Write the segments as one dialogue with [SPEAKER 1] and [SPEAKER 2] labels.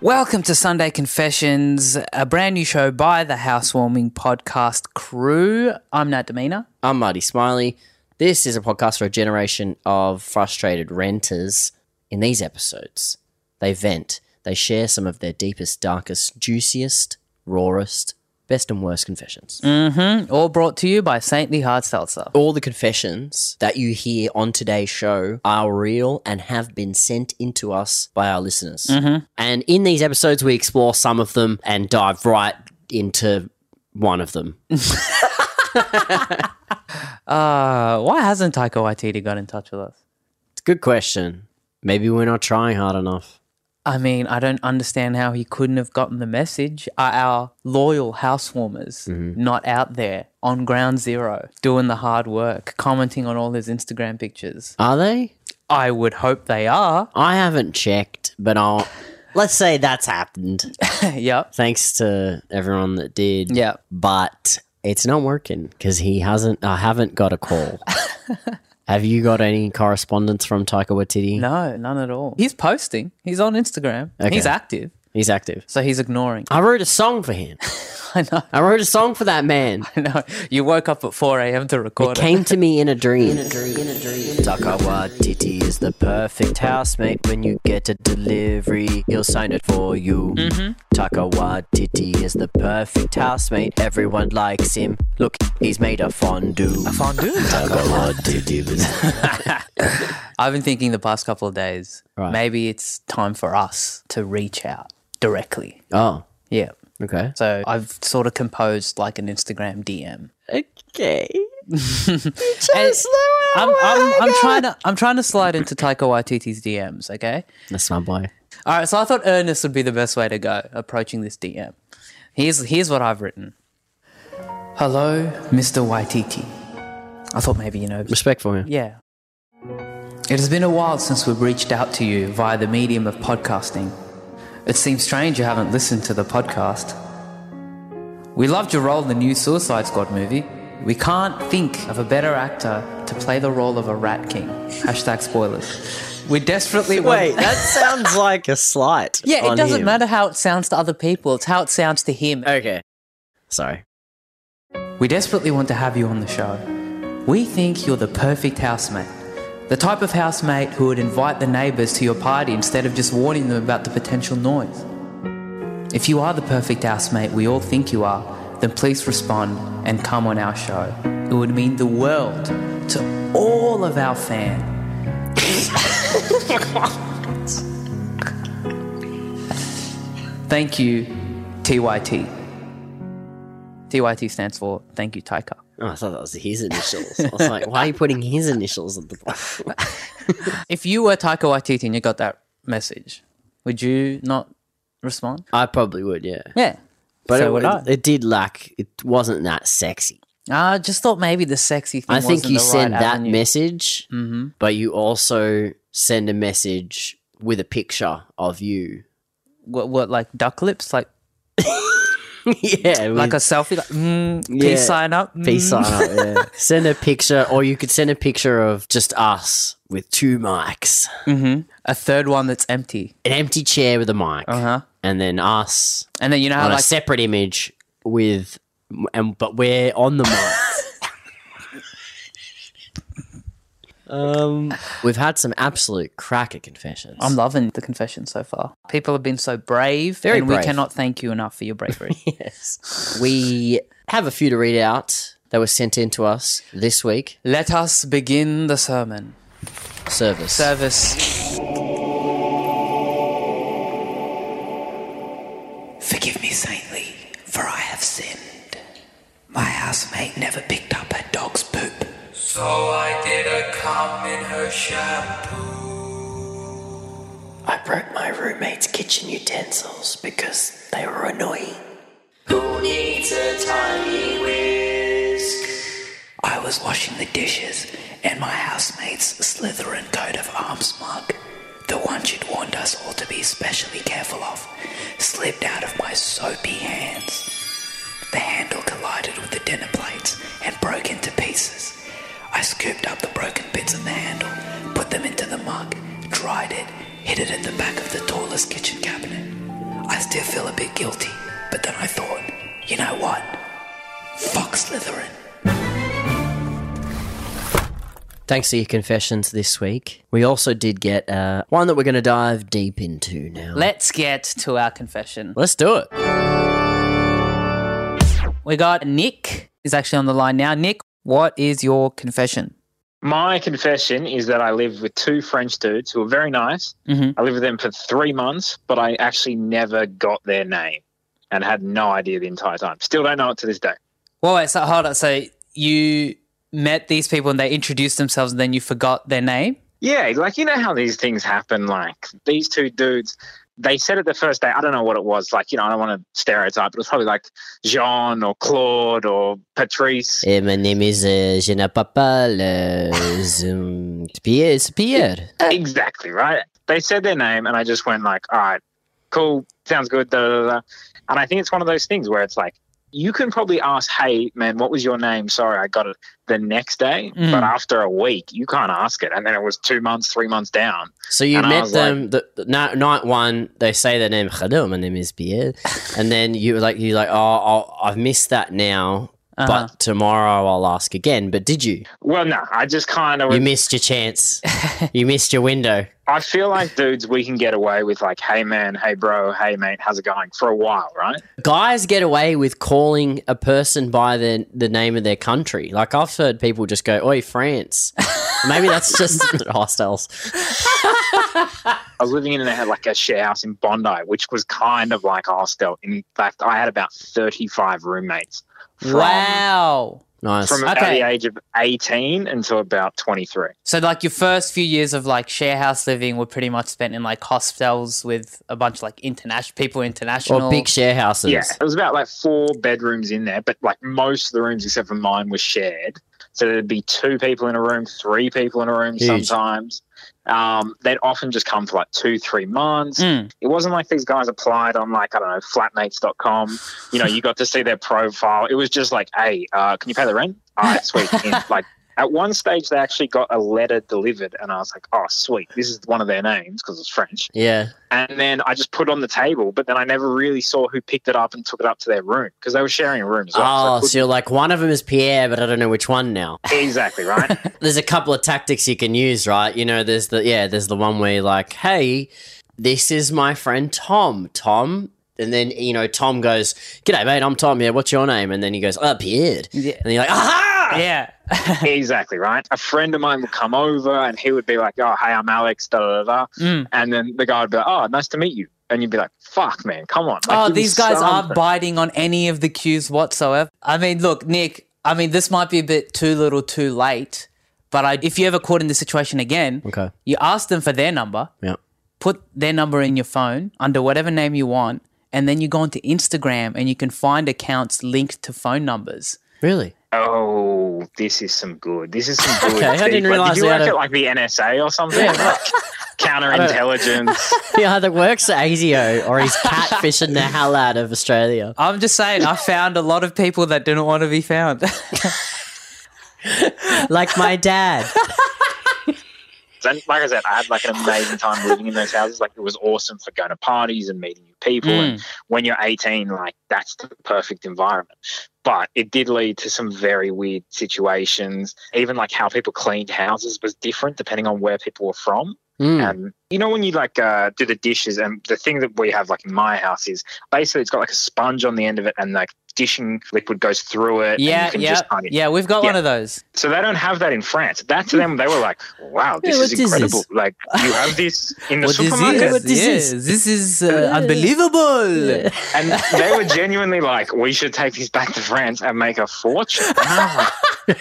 [SPEAKER 1] Welcome to Sunday Confessions, a brand new show by the Housewarming Podcast crew. I'm Nat Demina.
[SPEAKER 2] I'm Marty Smiley. This is a podcast for a generation of frustrated renters. In these episodes, they vent, they share some of their deepest, darkest, juiciest, rawest, best and worst confessions.
[SPEAKER 1] All brought to you by Saintly Hard Seltzer.
[SPEAKER 2] All the confessions that you hear on today's show are real and have been sent into us by our listeners. And in these episodes, we explore some of them and dive right into one of them.
[SPEAKER 1] Uh, why hasn't Taika Waititi got in touch with us?
[SPEAKER 2] Good question. Maybe we're not trying hard enough.
[SPEAKER 1] I mean, I don't understand how he couldn't have gotten the message. Are our loyal housewarmers not out there on ground zero doing the hard work, commenting on all his Instagram pictures?
[SPEAKER 2] Are they?
[SPEAKER 1] I would hope they are.
[SPEAKER 2] I haven't checked, but I'll let's say that's happened.
[SPEAKER 1] yep.
[SPEAKER 2] Thanks to everyone that did.
[SPEAKER 1] Yeah.
[SPEAKER 2] But it's not working because he hasn't. I haven't got a call. Have you got any correspondence from Taika Waititi?
[SPEAKER 1] No, none at all. He's posting. He's on Instagram. He's active.
[SPEAKER 2] He's active.
[SPEAKER 1] So he's ignoring.
[SPEAKER 2] I wrote a song for him.
[SPEAKER 1] I know.
[SPEAKER 2] I wrote a song for that man.
[SPEAKER 1] No, you woke up at 4 a.m. to record it.
[SPEAKER 2] Came to me uh, in a dream. In a dream. In a dream. Takawatiti is the perfect housemate. When you get a delivery, he'll sign it for you. Mm-hmm. Takawatiti is the perfect housemate. Everyone likes him. Look, he's made a fondue. A
[SPEAKER 1] fondue?
[SPEAKER 2] Takawatiti was.
[SPEAKER 1] I've been thinking the past couple of days,
[SPEAKER 2] Right.
[SPEAKER 1] maybe it's time for us to reach out directly.
[SPEAKER 2] oh,
[SPEAKER 1] Yeah.
[SPEAKER 2] okay.
[SPEAKER 1] So I've sort of composed like an Instagram DM.
[SPEAKER 2] Okay.
[SPEAKER 1] And I'm, I'm, I'm trying to I'm trying to slide into Taika Waititi's DMs, okay?
[SPEAKER 2] That's my boy.
[SPEAKER 1] All right, so I thought earnest would be the best way to go approaching this DM. Here's, here's what I've written Hello, Mr. Waititi. I thought maybe, you know,
[SPEAKER 2] Respect for him.
[SPEAKER 1] yeah. It has been a while since we've reached out to you via the medium of podcasting. It seems strange you haven't listened to the podcast. We loved your role in the new Suicide Squad movie. We can't think of a better actor to play the role of a rat king. Hashtag spoilers. We desperately want-
[SPEAKER 2] that sounds like a slight.
[SPEAKER 1] yeah, it doesn't matter how it sounds to other people, it's how it sounds to him.
[SPEAKER 2] Okay. Sorry.
[SPEAKER 1] We desperately want to have you on the show. We think you're the perfect housemate. The type of housemate who would invite the neighbours to your party instead of just warning them about the potential noise. If you are the perfect housemate we all think you are, then please respond and come on our show. It would mean the world to all of our fans. Thank you, TYT. TYT stands for Thank You, Taika.
[SPEAKER 2] Oh, I thought that was his initials. I was like, why are you putting his initials at the bottom?
[SPEAKER 1] If you were Taika Waititi and you got that message, would you not respond?
[SPEAKER 2] I probably would, yeah.
[SPEAKER 1] Yeah.
[SPEAKER 2] But
[SPEAKER 1] so
[SPEAKER 2] it,
[SPEAKER 1] would I.
[SPEAKER 2] it did lack. It wasn't that sexy.
[SPEAKER 1] I just thought maybe the sexy thing.
[SPEAKER 2] I think
[SPEAKER 1] wasn't
[SPEAKER 2] you
[SPEAKER 1] the
[SPEAKER 2] send
[SPEAKER 1] right
[SPEAKER 2] that
[SPEAKER 1] avenue.
[SPEAKER 2] message, but you also send a message with a picture of you.
[SPEAKER 1] What, what, like duck lips, like
[SPEAKER 2] yeah,
[SPEAKER 1] like
[SPEAKER 2] with
[SPEAKER 1] a selfie, like mm,
[SPEAKER 2] Yeah.
[SPEAKER 1] peace sign up. mm.
[SPEAKER 2] peace sign up. Yeah. send a picture, or you could send a picture of just us with two mics,
[SPEAKER 1] A third one that's empty,
[SPEAKER 2] an empty chair with a mic,
[SPEAKER 1] Uh-huh.
[SPEAKER 2] and then us
[SPEAKER 1] and then you know how
[SPEAKER 2] on a
[SPEAKER 1] like
[SPEAKER 2] separate image with, and but we're on the mic. um, we've had some absolute cracker confessions.
[SPEAKER 1] I'm loving the confession so far. People have been so brave,
[SPEAKER 2] Very
[SPEAKER 1] and we
[SPEAKER 2] brave.
[SPEAKER 1] cannot thank you enough for your bravery.
[SPEAKER 2] yes, we have a few to read out that were sent in to us this week.
[SPEAKER 1] Let us begin the sermon.
[SPEAKER 2] Service.
[SPEAKER 1] service. Forgive me, saintly, for I have sinned. My housemate never picked up her dog's poop.
[SPEAKER 3] So I did a cum in her shampoo.
[SPEAKER 4] I broke my roommate's kitchen utensils because they were annoying.
[SPEAKER 3] Who needs a tiny whisk? I was washing the dishes and my housemate's Slytherin coat of arms mug, the one she'd warned us all to be especially careful of, slipped out of my soapy hands. The handle collided with the dinner plates and broke into pieces. I scooped up the broken bits of the handle, put them into the mug, dried it, hid it at the back of the tallest kitchen cabinet. I still feel a bit guilty. But then I thought, you know what? Fuck Slytherin.
[SPEAKER 2] Thanks for your confessions this week. We also did get uh, one that we're going to dive deep into now.
[SPEAKER 1] Let's get to our confession.
[SPEAKER 2] Let's do it.
[SPEAKER 1] We got Nick is actually on the line now. Nick, what is your confession?
[SPEAKER 5] My confession is that I lived with two French dudes who were very nice.
[SPEAKER 1] Mhm.
[SPEAKER 5] I lived with them for three months, but I actually never got their name and had no idea the entire time. Still don't know it to this day.
[SPEAKER 1] Well, wait, so hold on. So you met these people and they introduced themselves and then you forgot their name?
[SPEAKER 5] Yeah, like you know how these things happen. Like these two dudes, they said it the first day. I don't know what it was. Like you know, I don't want to stereotype, but it was probably like Jean or Claude or Patrice.
[SPEAKER 2] Eh, my name is uh, Je n'ai pas parlé, um, Pierre. It's Pierre.
[SPEAKER 5] Exactly right. They said their name, and I just went like, "All right, cool, sounds good." Da, da, da, da. And I think it's one of those things where it's like you can probably ask, "Hey, man, what was your name?" Sorry, I got it the next day,
[SPEAKER 1] Mm.
[SPEAKER 5] but after a week, you can't ask it. And then it was two months, three months down.
[SPEAKER 2] So you
[SPEAKER 5] And I
[SPEAKER 2] met
[SPEAKER 5] was like-
[SPEAKER 2] them the, the, night, night one. They say their name. Hello, my name is Pierre. And then you were like, you like, oh, I'll, I've missed that now.
[SPEAKER 1] Uh-huh.
[SPEAKER 2] But tomorrow I'll ask again. But did you?
[SPEAKER 5] Well, no, I just kind of
[SPEAKER 2] You missed your chance. you missed your window.
[SPEAKER 5] I feel like dudes, we can get away with like, hey man, hey bro, hey mate, how's it going for a while, right?
[SPEAKER 2] Guys get away with calling a person by the the name of their country. Like I've heard people just go, "Oi, France." Maybe that's just hostels.
[SPEAKER 5] I was living in a, like a share house in Bondi, which was kind of like a hostel. In fact, I had about 35 roommates from,
[SPEAKER 1] wow.
[SPEAKER 2] Nice.
[SPEAKER 5] from about
[SPEAKER 1] Okay.
[SPEAKER 5] the age of 18 until about 23.
[SPEAKER 1] So like your first few years of like share house living were pretty much spent in like hostels with a bunch of like international people international.
[SPEAKER 2] or big share houses.
[SPEAKER 5] Yeah, it was about like four bedrooms in there, but like most of the rooms except for mine were shared. So there'd be two people in a room, three people in a room
[SPEAKER 2] Huge.
[SPEAKER 5] sometimes. Um, they'd often just come for like two, three months.
[SPEAKER 1] Mm.
[SPEAKER 5] It wasn't like these guys applied on like, I don't know, flatmates.com. You know, you got to see their profile. It was just like, hey, uh, can you pay the rent? All right, sweet. And, like at one stage, they actually got a letter delivered, and I was like, oh, sweet. This is one of their names because it's French
[SPEAKER 2] Yeah.
[SPEAKER 5] and then I just put it on the table, but then I never really saw who picked it up and took it up to their room because they were sharing a room as well.
[SPEAKER 2] Oh,
[SPEAKER 5] so I
[SPEAKER 2] so you're like one of them is Pierre, but I don't know which one now.
[SPEAKER 5] couldn't- exactly right.
[SPEAKER 2] There's a couple of tactics you can use, right? You know, there's the yeah, there's the one where you're like, hey, this is my friend Tom. Tom. And then, you know, Tom goes, G'day, mate, I'm Tom. Yeah, what's your name? And then he goes, Oh, Pierre.
[SPEAKER 1] Yeah.
[SPEAKER 2] And you're like, Aha!
[SPEAKER 1] Yeah.
[SPEAKER 5] exactly right. A friend of mine would come over and he would be like, "Oh, hey, I'm Alex." Da da da. da.
[SPEAKER 1] Mm.
[SPEAKER 5] And then the guy would be like, "Oh, nice to meet you." And you'd be like, "Fuck, man, come on!" Like,
[SPEAKER 1] Oh,
[SPEAKER 5] give me
[SPEAKER 1] these guys are
[SPEAKER 5] something.
[SPEAKER 1] biting on any of the cues whatsoever. I mean, look, Nick, I mean, this might be a bit too little too late, but I, if you ever caught in this situation again,
[SPEAKER 2] Okay.
[SPEAKER 1] you ask them for their number,
[SPEAKER 2] Yeah.
[SPEAKER 1] put their number in your phone under whatever name you want, and then you go onto Instagram and you can find accounts linked to phone numbers.
[SPEAKER 2] Really?
[SPEAKER 5] Oh, this is some good. This is some good.
[SPEAKER 2] Okay, I
[SPEAKER 5] deep-
[SPEAKER 2] didn't
[SPEAKER 5] like,
[SPEAKER 2] realise
[SPEAKER 5] Did you
[SPEAKER 2] they
[SPEAKER 5] work
[SPEAKER 2] had a-
[SPEAKER 5] at like the NSA or something? Like, counterintelligence.
[SPEAKER 2] He either works at ASIO or he's catfishing the hell out of Australia.
[SPEAKER 1] I'm just saying, I found a lot of people that didn't want to be found.
[SPEAKER 2] Like my dad.
[SPEAKER 5] And like I said, I had like an amazing time living in those houses. Like it was awesome for going to parties and meeting new people.
[SPEAKER 1] Mm.
[SPEAKER 5] And when you're 18, like that's the perfect environment. But it did lead to some very weird situations. Even like how people cleaned houses was different depending on where people were from.
[SPEAKER 2] Hmm.
[SPEAKER 1] Mm.
[SPEAKER 5] And you know when you like uh, do the dishes, and the thing that we have like in my house is basically it's got like a sponge on the end of it, and like dishing liquid goes through it. and you
[SPEAKER 1] yeah,
[SPEAKER 5] can
[SPEAKER 1] yeah,
[SPEAKER 5] just kind of-
[SPEAKER 1] yeah. We've got one
[SPEAKER 5] Yeah.
[SPEAKER 1] of those.
[SPEAKER 5] so they don't have that in France. That to them, they were like, "Wow, this
[SPEAKER 2] Yeah,
[SPEAKER 5] is
[SPEAKER 2] what is
[SPEAKER 5] incredible!
[SPEAKER 2] this?
[SPEAKER 5] Like you have this in the
[SPEAKER 1] What is
[SPEAKER 5] supermarket."
[SPEAKER 1] this?
[SPEAKER 2] What is
[SPEAKER 1] Yes,
[SPEAKER 2] this?
[SPEAKER 1] this is uh, unbelievable.
[SPEAKER 5] And they were genuinely like, "We should take this back to France and make a fortune." And I was
[SPEAKER 2] Ah.
[SPEAKER 5] like,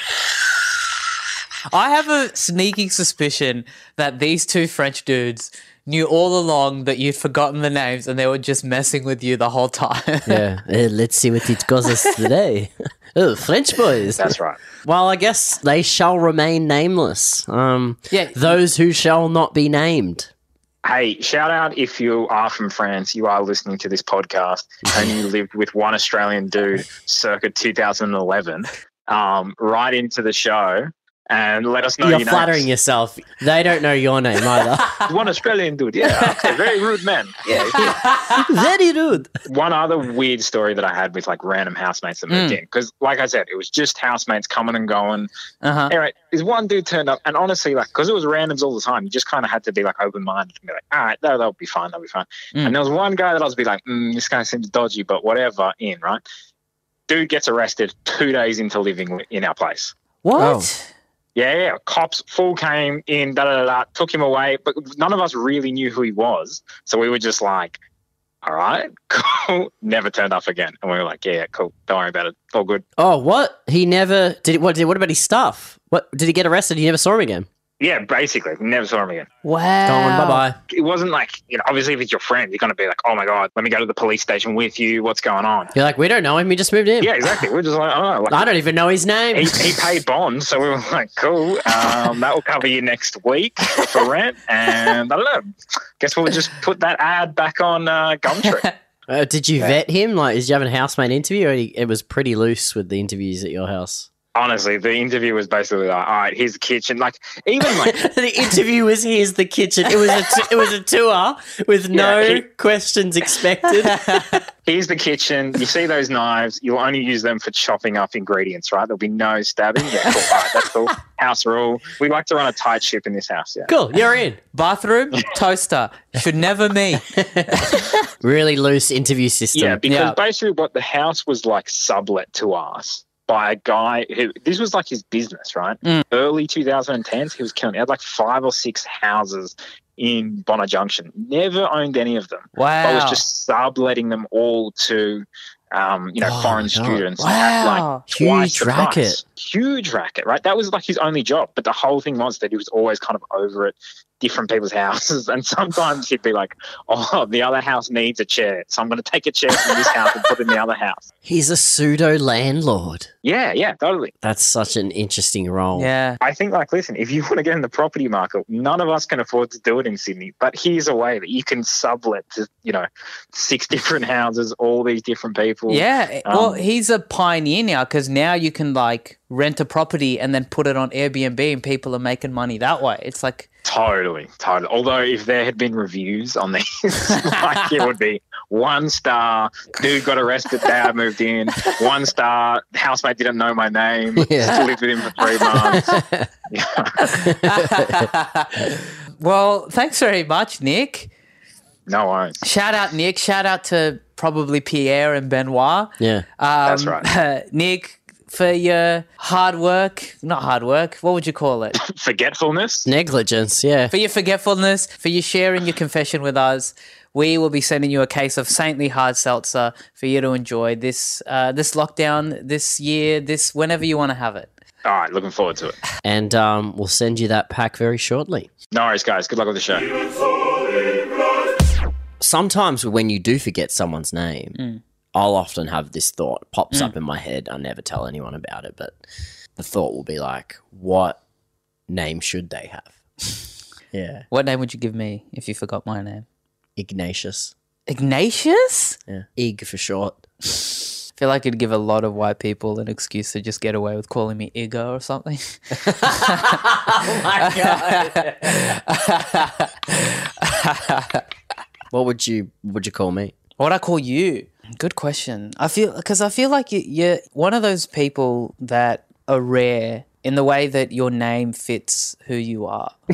[SPEAKER 1] I have a sneaking suspicion that these two French dudes knew all along that you'd forgotten the names and they were just messing with you the whole time.
[SPEAKER 2] Yeah. Uh, let's see what it goes us today. oh, French boys.
[SPEAKER 5] That's right.
[SPEAKER 2] Well, I guess they shall remain nameless. Um,
[SPEAKER 1] Yeah.
[SPEAKER 2] Those who shall not be named.
[SPEAKER 5] Hey, shout out if you are from France, you are listening to this podcast, and you lived with one Australian dude circa 2011. Um, right into the show. and let us know
[SPEAKER 2] You're
[SPEAKER 5] your names.
[SPEAKER 2] flattering yourself. They don't know your name either.
[SPEAKER 5] One Australian dude, yeah. Okay, very rude man. Yeah.
[SPEAKER 2] Very rude.
[SPEAKER 5] one other weird story that I had with like random housemates that moved in because, like I said, it was just housemates coming and going.
[SPEAKER 1] Uh huh.
[SPEAKER 5] Anyway, this one dude turned up, and honestly, like because it was randoms all the time, you just kind of had to be like open minded and be like, all right, that, that'll be fine, that'll be fine.
[SPEAKER 1] Mm.
[SPEAKER 5] And there was one guy that I was be like, mm, this guy seems dodgy, but whatever. In right, dude gets arrested two days into living in our place.
[SPEAKER 1] What?
[SPEAKER 5] Yeah, yeah. Cops full came in, da da da, da took him away, but none of us really knew who he was. So we were just like, all right, cool. Never turned up again. And we were like, yeah, yeah, cool. Don't worry about it. All good.
[SPEAKER 2] Oh, what? He never did. What did? What about his stuff? What did he get arrested? You never saw him again.
[SPEAKER 5] Yeah, basically. Never saw him again.
[SPEAKER 1] Wow.
[SPEAKER 2] Gone. Bye bye.
[SPEAKER 5] It wasn't like, you know, obviously if it's your friend, you're going to be like, oh my God, let me go to the police station with you. What's going on?
[SPEAKER 2] You're like, we don't know him. He just moved in.
[SPEAKER 5] Yeah, exactly. We're just like, oh, like,
[SPEAKER 2] I don't even know his name.
[SPEAKER 5] he, he paid bond, so we were like, cool. Um, that will cover you next week for rent. And I don't know. Guess we'll just put that ad back on uh, Gumtree.
[SPEAKER 2] Uh, did you vet him? Like, did you have a housemate interview? Or he, it was pretty loose with the interviews at your house.
[SPEAKER 5] Honestly, the interview was basically like, all right, here's the kitchen. Like, even like,
[SPEAKER 2] the interview was here's the kitchen. It was a t- it was a tour with no
[SPEAKER 5] Yeah, he-
[SPEAKER 2] questions expected.
[SPEAKER 5] here's the kitchen. You see those knives. You'll only use them for chopping up ingredients, right? There'll be no stabbing. Yeah, cool. All right, that's cool. House rule. We like to run a tight ship in this house. Yeah.
[SPEAKER 2] cool, you're in.
[SPEAKER 1] Bathroom, toaster. Should never meet.
[SPEAKER 2] Really loose interview system.
[SPEAKER 5] Yeah, because
[SPEAKER 1] Yeah.
[SPEAKER 5] basically what the house was like sublet to us by a guy who this was like his business, right? Early 2010s, he was killing. He had like five or six houses in Bonner Junction. Never owned any of them. I
[SPEAKER 1] Wow.
[SPEAKER 5] was just subletting them all to, um, you know,
[SPEAKER 2] Oh,
[SPEAKER 5] foreign
[SPEAKER 2] my God.
[SPEAKER 5] students.
[SPEAKER 1] wow.
[SPEAKER 5] at, Like, twice
[SPEAKER 2] Huge
[SPEAKER 5] the
[SPEAKER 2] racket.
[SPEAKER 5] price. Huge racket, right? That was like his only job. But the whole thing was that he was always kind of over at different people's houses. And sometimes he'd be like, oh, the other house needs a chair. So I'm going to take a chair from this house and put it in the other house.
[SPEAKER 2] He's a pseudo landlord.
[SPEAKER 5] Yeah, yeah, totally.
[SPEAKER 2] That's such an interesting role.
[SPEAKER 1] Yeah.
[SPEAKER 5] I think, like, listen, if you want to get in the property market, none of us can afford to do it in Sydney. But here's a way that you can sublet to, you know, six different houses, all these different people.
[SPEAKER 1] Yeah.
[SPEAKER 5] Um,
[SPEAKER 1] well, he's a pioneer now because now you can like rent a property and then put it on Airbnb and people are making money that way. It's like,
[SPEAKER 5] Totally, totally. Although if there had been reviews on these, like it would be one star, dude got arrested, dad moved in, one star, housemate didn't know my name,
[SPEAKER 2] Yeah.
[SPEAKER 5] lived with him for three months.
[SPEAKER 1] well, thanks very much, Nick.
[SPEAKER 5] No worries.
[SPEAKER 1] Shout out, Nick. Shout out to probably Pierre and Benoit.
[SPEAKER 2] Yeah.
[SPEAKER 5] That's
[SPEAKER 1] Um,
[SPEAKER 5] right.
[SPEAKER 1] Nick, for your hard work, not hard work, what would you call it?
[SPEAKER 5] Forgetfulness.
[SPEAKER 2] Negligence, yeah.
[SPEAKER 1] for your forgetfulness, for your sharing your confession with us. We will be sending you a case of saintly hard seltzer for you to enjoy this uh, this lockdown, this year, this whenever you want to have it.
[SPEAKER 5] All right, looking forward to it.
[SPEAKER 2] And um, we'll send you that pack very shortly.
[SPEAKER 5] No worries, guys. Good luck with the show.
[SPEAKER 2] Sometimes when you do forget someone's name,
[SPEAKER 1] Mm.
[SPEAKER 2] I'll often have this thought pops up in my head. I never tell anyone about it, but the thought will be like, what name should they have? yeah.
[SPEAKER 1] What name would you give me if you forgot my name?
[SPEAKER 2] Ignatius.
[SPEAKER 1] Ignatius?
[SPEAKER 2] Yeah. Ig for short.
[SPEAKER 1] I feel like it'd give a lot of white people an excuse to just get away with calling me Igor or something.
[SPEAKER 2] What would you would you call me?
[SPEAKER 1] What I call you? Good question. I feel because I feel like you, you're one of those people that are rare in the way that your name fits who you are.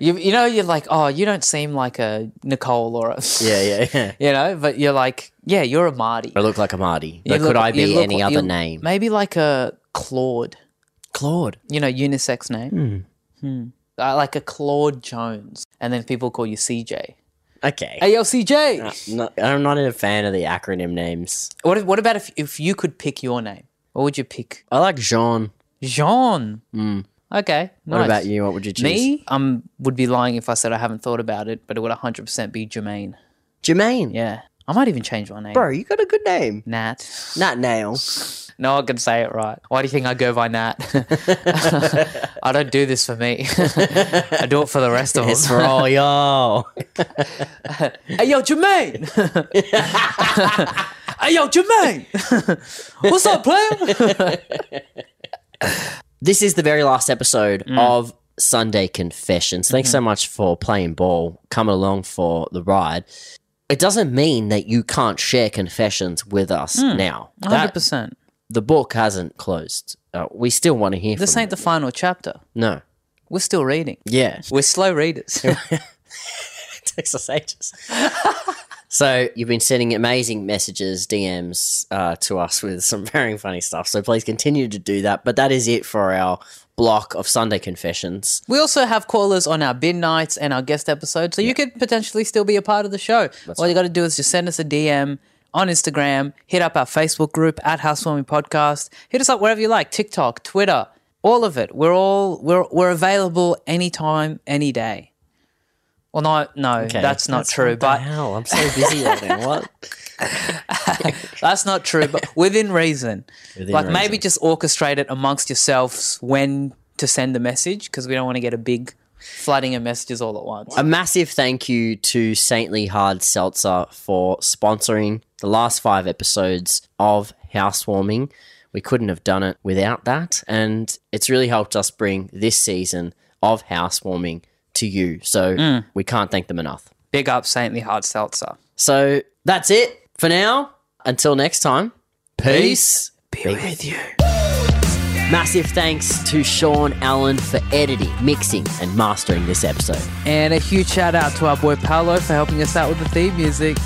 [SPEAKER 1] you, you know, you're like, oh, you don't seem like a Nicole or a,
[SPEAKER 2] Yeah, yeah, yeah.
[SPEAKER 1] you know, but you're like, yeah, you're a Marty.
[SPEAKER 2] I look like a Marty, but
[SPEAKER 1] You
[SPEAKER 2] could
[SPEAKER 1] look-
[SPEAKER 2] I
[SPEAKER 1] you
[SPEAKER 2] be
[SPEAKER 1] look-
[SPEAKER 2] any other
[SPEAKER 1] you-
[SPEAKER 2] name?
[SPEAKER 1] Maybe like a Claude.
[SPEAKER 2] Claude.
[SPEAKER 1] You know, unisex name. Hmm. Uh, like a Claude Jones, and then people call you CJ.
[SPEAKER 2] Okay.
[SPEAKER 1] Hey, yo, CJ.
[SPEAKER 2] No, I'm not a fan of the acronym names.
[SPEAKER 1] What, what about if, if you could pick your name? What would you pick?
[SPEAKER 2] I like Jean.
[SPEAKER 1] Jean. Okay.
[SPEAKER 2] Mm. What about you? What would you choose?
[SPEAKER 1] Me? I would be lying if I said I haven't thought about it, but it would 100% be Jermaine.
[SPEAKER 2] Jermaine.
[SPEAKER 1] Yeah. I might even change my name.
[SPEAKER 2] Bro, you got a good name.
[SPEAKER 1] Nat.
[SPEAKER 2] Nat Nail.
[SPEAKER 1] No one can say it right. Why do you think I go by Nat? I don't do this for me. I do it for the rest of
[SPEAKER 2] It's
[SPEAKER 1] us.
[SPEAKER 2] for all y'all.
[SPEAKER 1] Hey, yo, Jermaine. hey, yo, Jermaine. What's up, player?
[SPEAKER 2] This is the very last episode of Sunday Confessions. Thanks so much for playing ball, coming along for the ride. It doesn't mean that you can't share confessions with us now. That-
[SPEAKER 1] 100%.
[SPEAKER 2] the book hasn't closed. Uh, we still want to hear.
[SPEAKER 1] This
[SPEAKER 2] from
[SPEAKER 1] ain't the final chapter.
[SPEAKER 2] you. no.
[SPEAKER 1] We're still reading.
[SPEAKER 2] Yeah,
[SPEAKER 1] We're slow readers.
[SPEAKER 2] it takes us ages. so you've been sending amazing messages, DMs uh, to us with some very funny stuff. So please continue to do that. But that is it for our block of Sunday confessions.
[SPEAKER 1] we also have callers on our bin nights and our guest episodes, so you could potentially still be a part of the show. All you got to do is just send us a DM on Instagram, hit up our Facebook group at Housewarming Podcast, hit us up wherever you like, TikTok, Twitter, all of it. We're all we're we're available anytime, any day. Well, no, no, that's not true. but
[SPEAKER 2] hell, I'm so busy right now. What?
[SPEAKER 1] That's not true, but within reason.
[SPEAKER 2] Within
[SPEAKER 1] like
[SPEAKER 2] reason.
[SPEAKER 1] maybe just orchestrate it amongst yourselves when to send the message because we don't want to get a big flooding of messages all at once.
[SPEAKER 2] A massive thank you to Saintly Hard Seltzer for sponsoring the last five episodes of Housewarming. We couldn't have done it without that. And it's really helped us bring this season of Housewarming to you. So we can't thank them enough.
[SPEAKER 1] Big up Saintly Hard Seltzer.
[SPEAKER 2] So that's it for now. Until next time, peace. Be with you. Massive thanks to Sean Allen for editing, mixing, and mastering this episode.
[SPEAKER 1] And a huge shout out to our boy Paolo for helping us out with the theme music.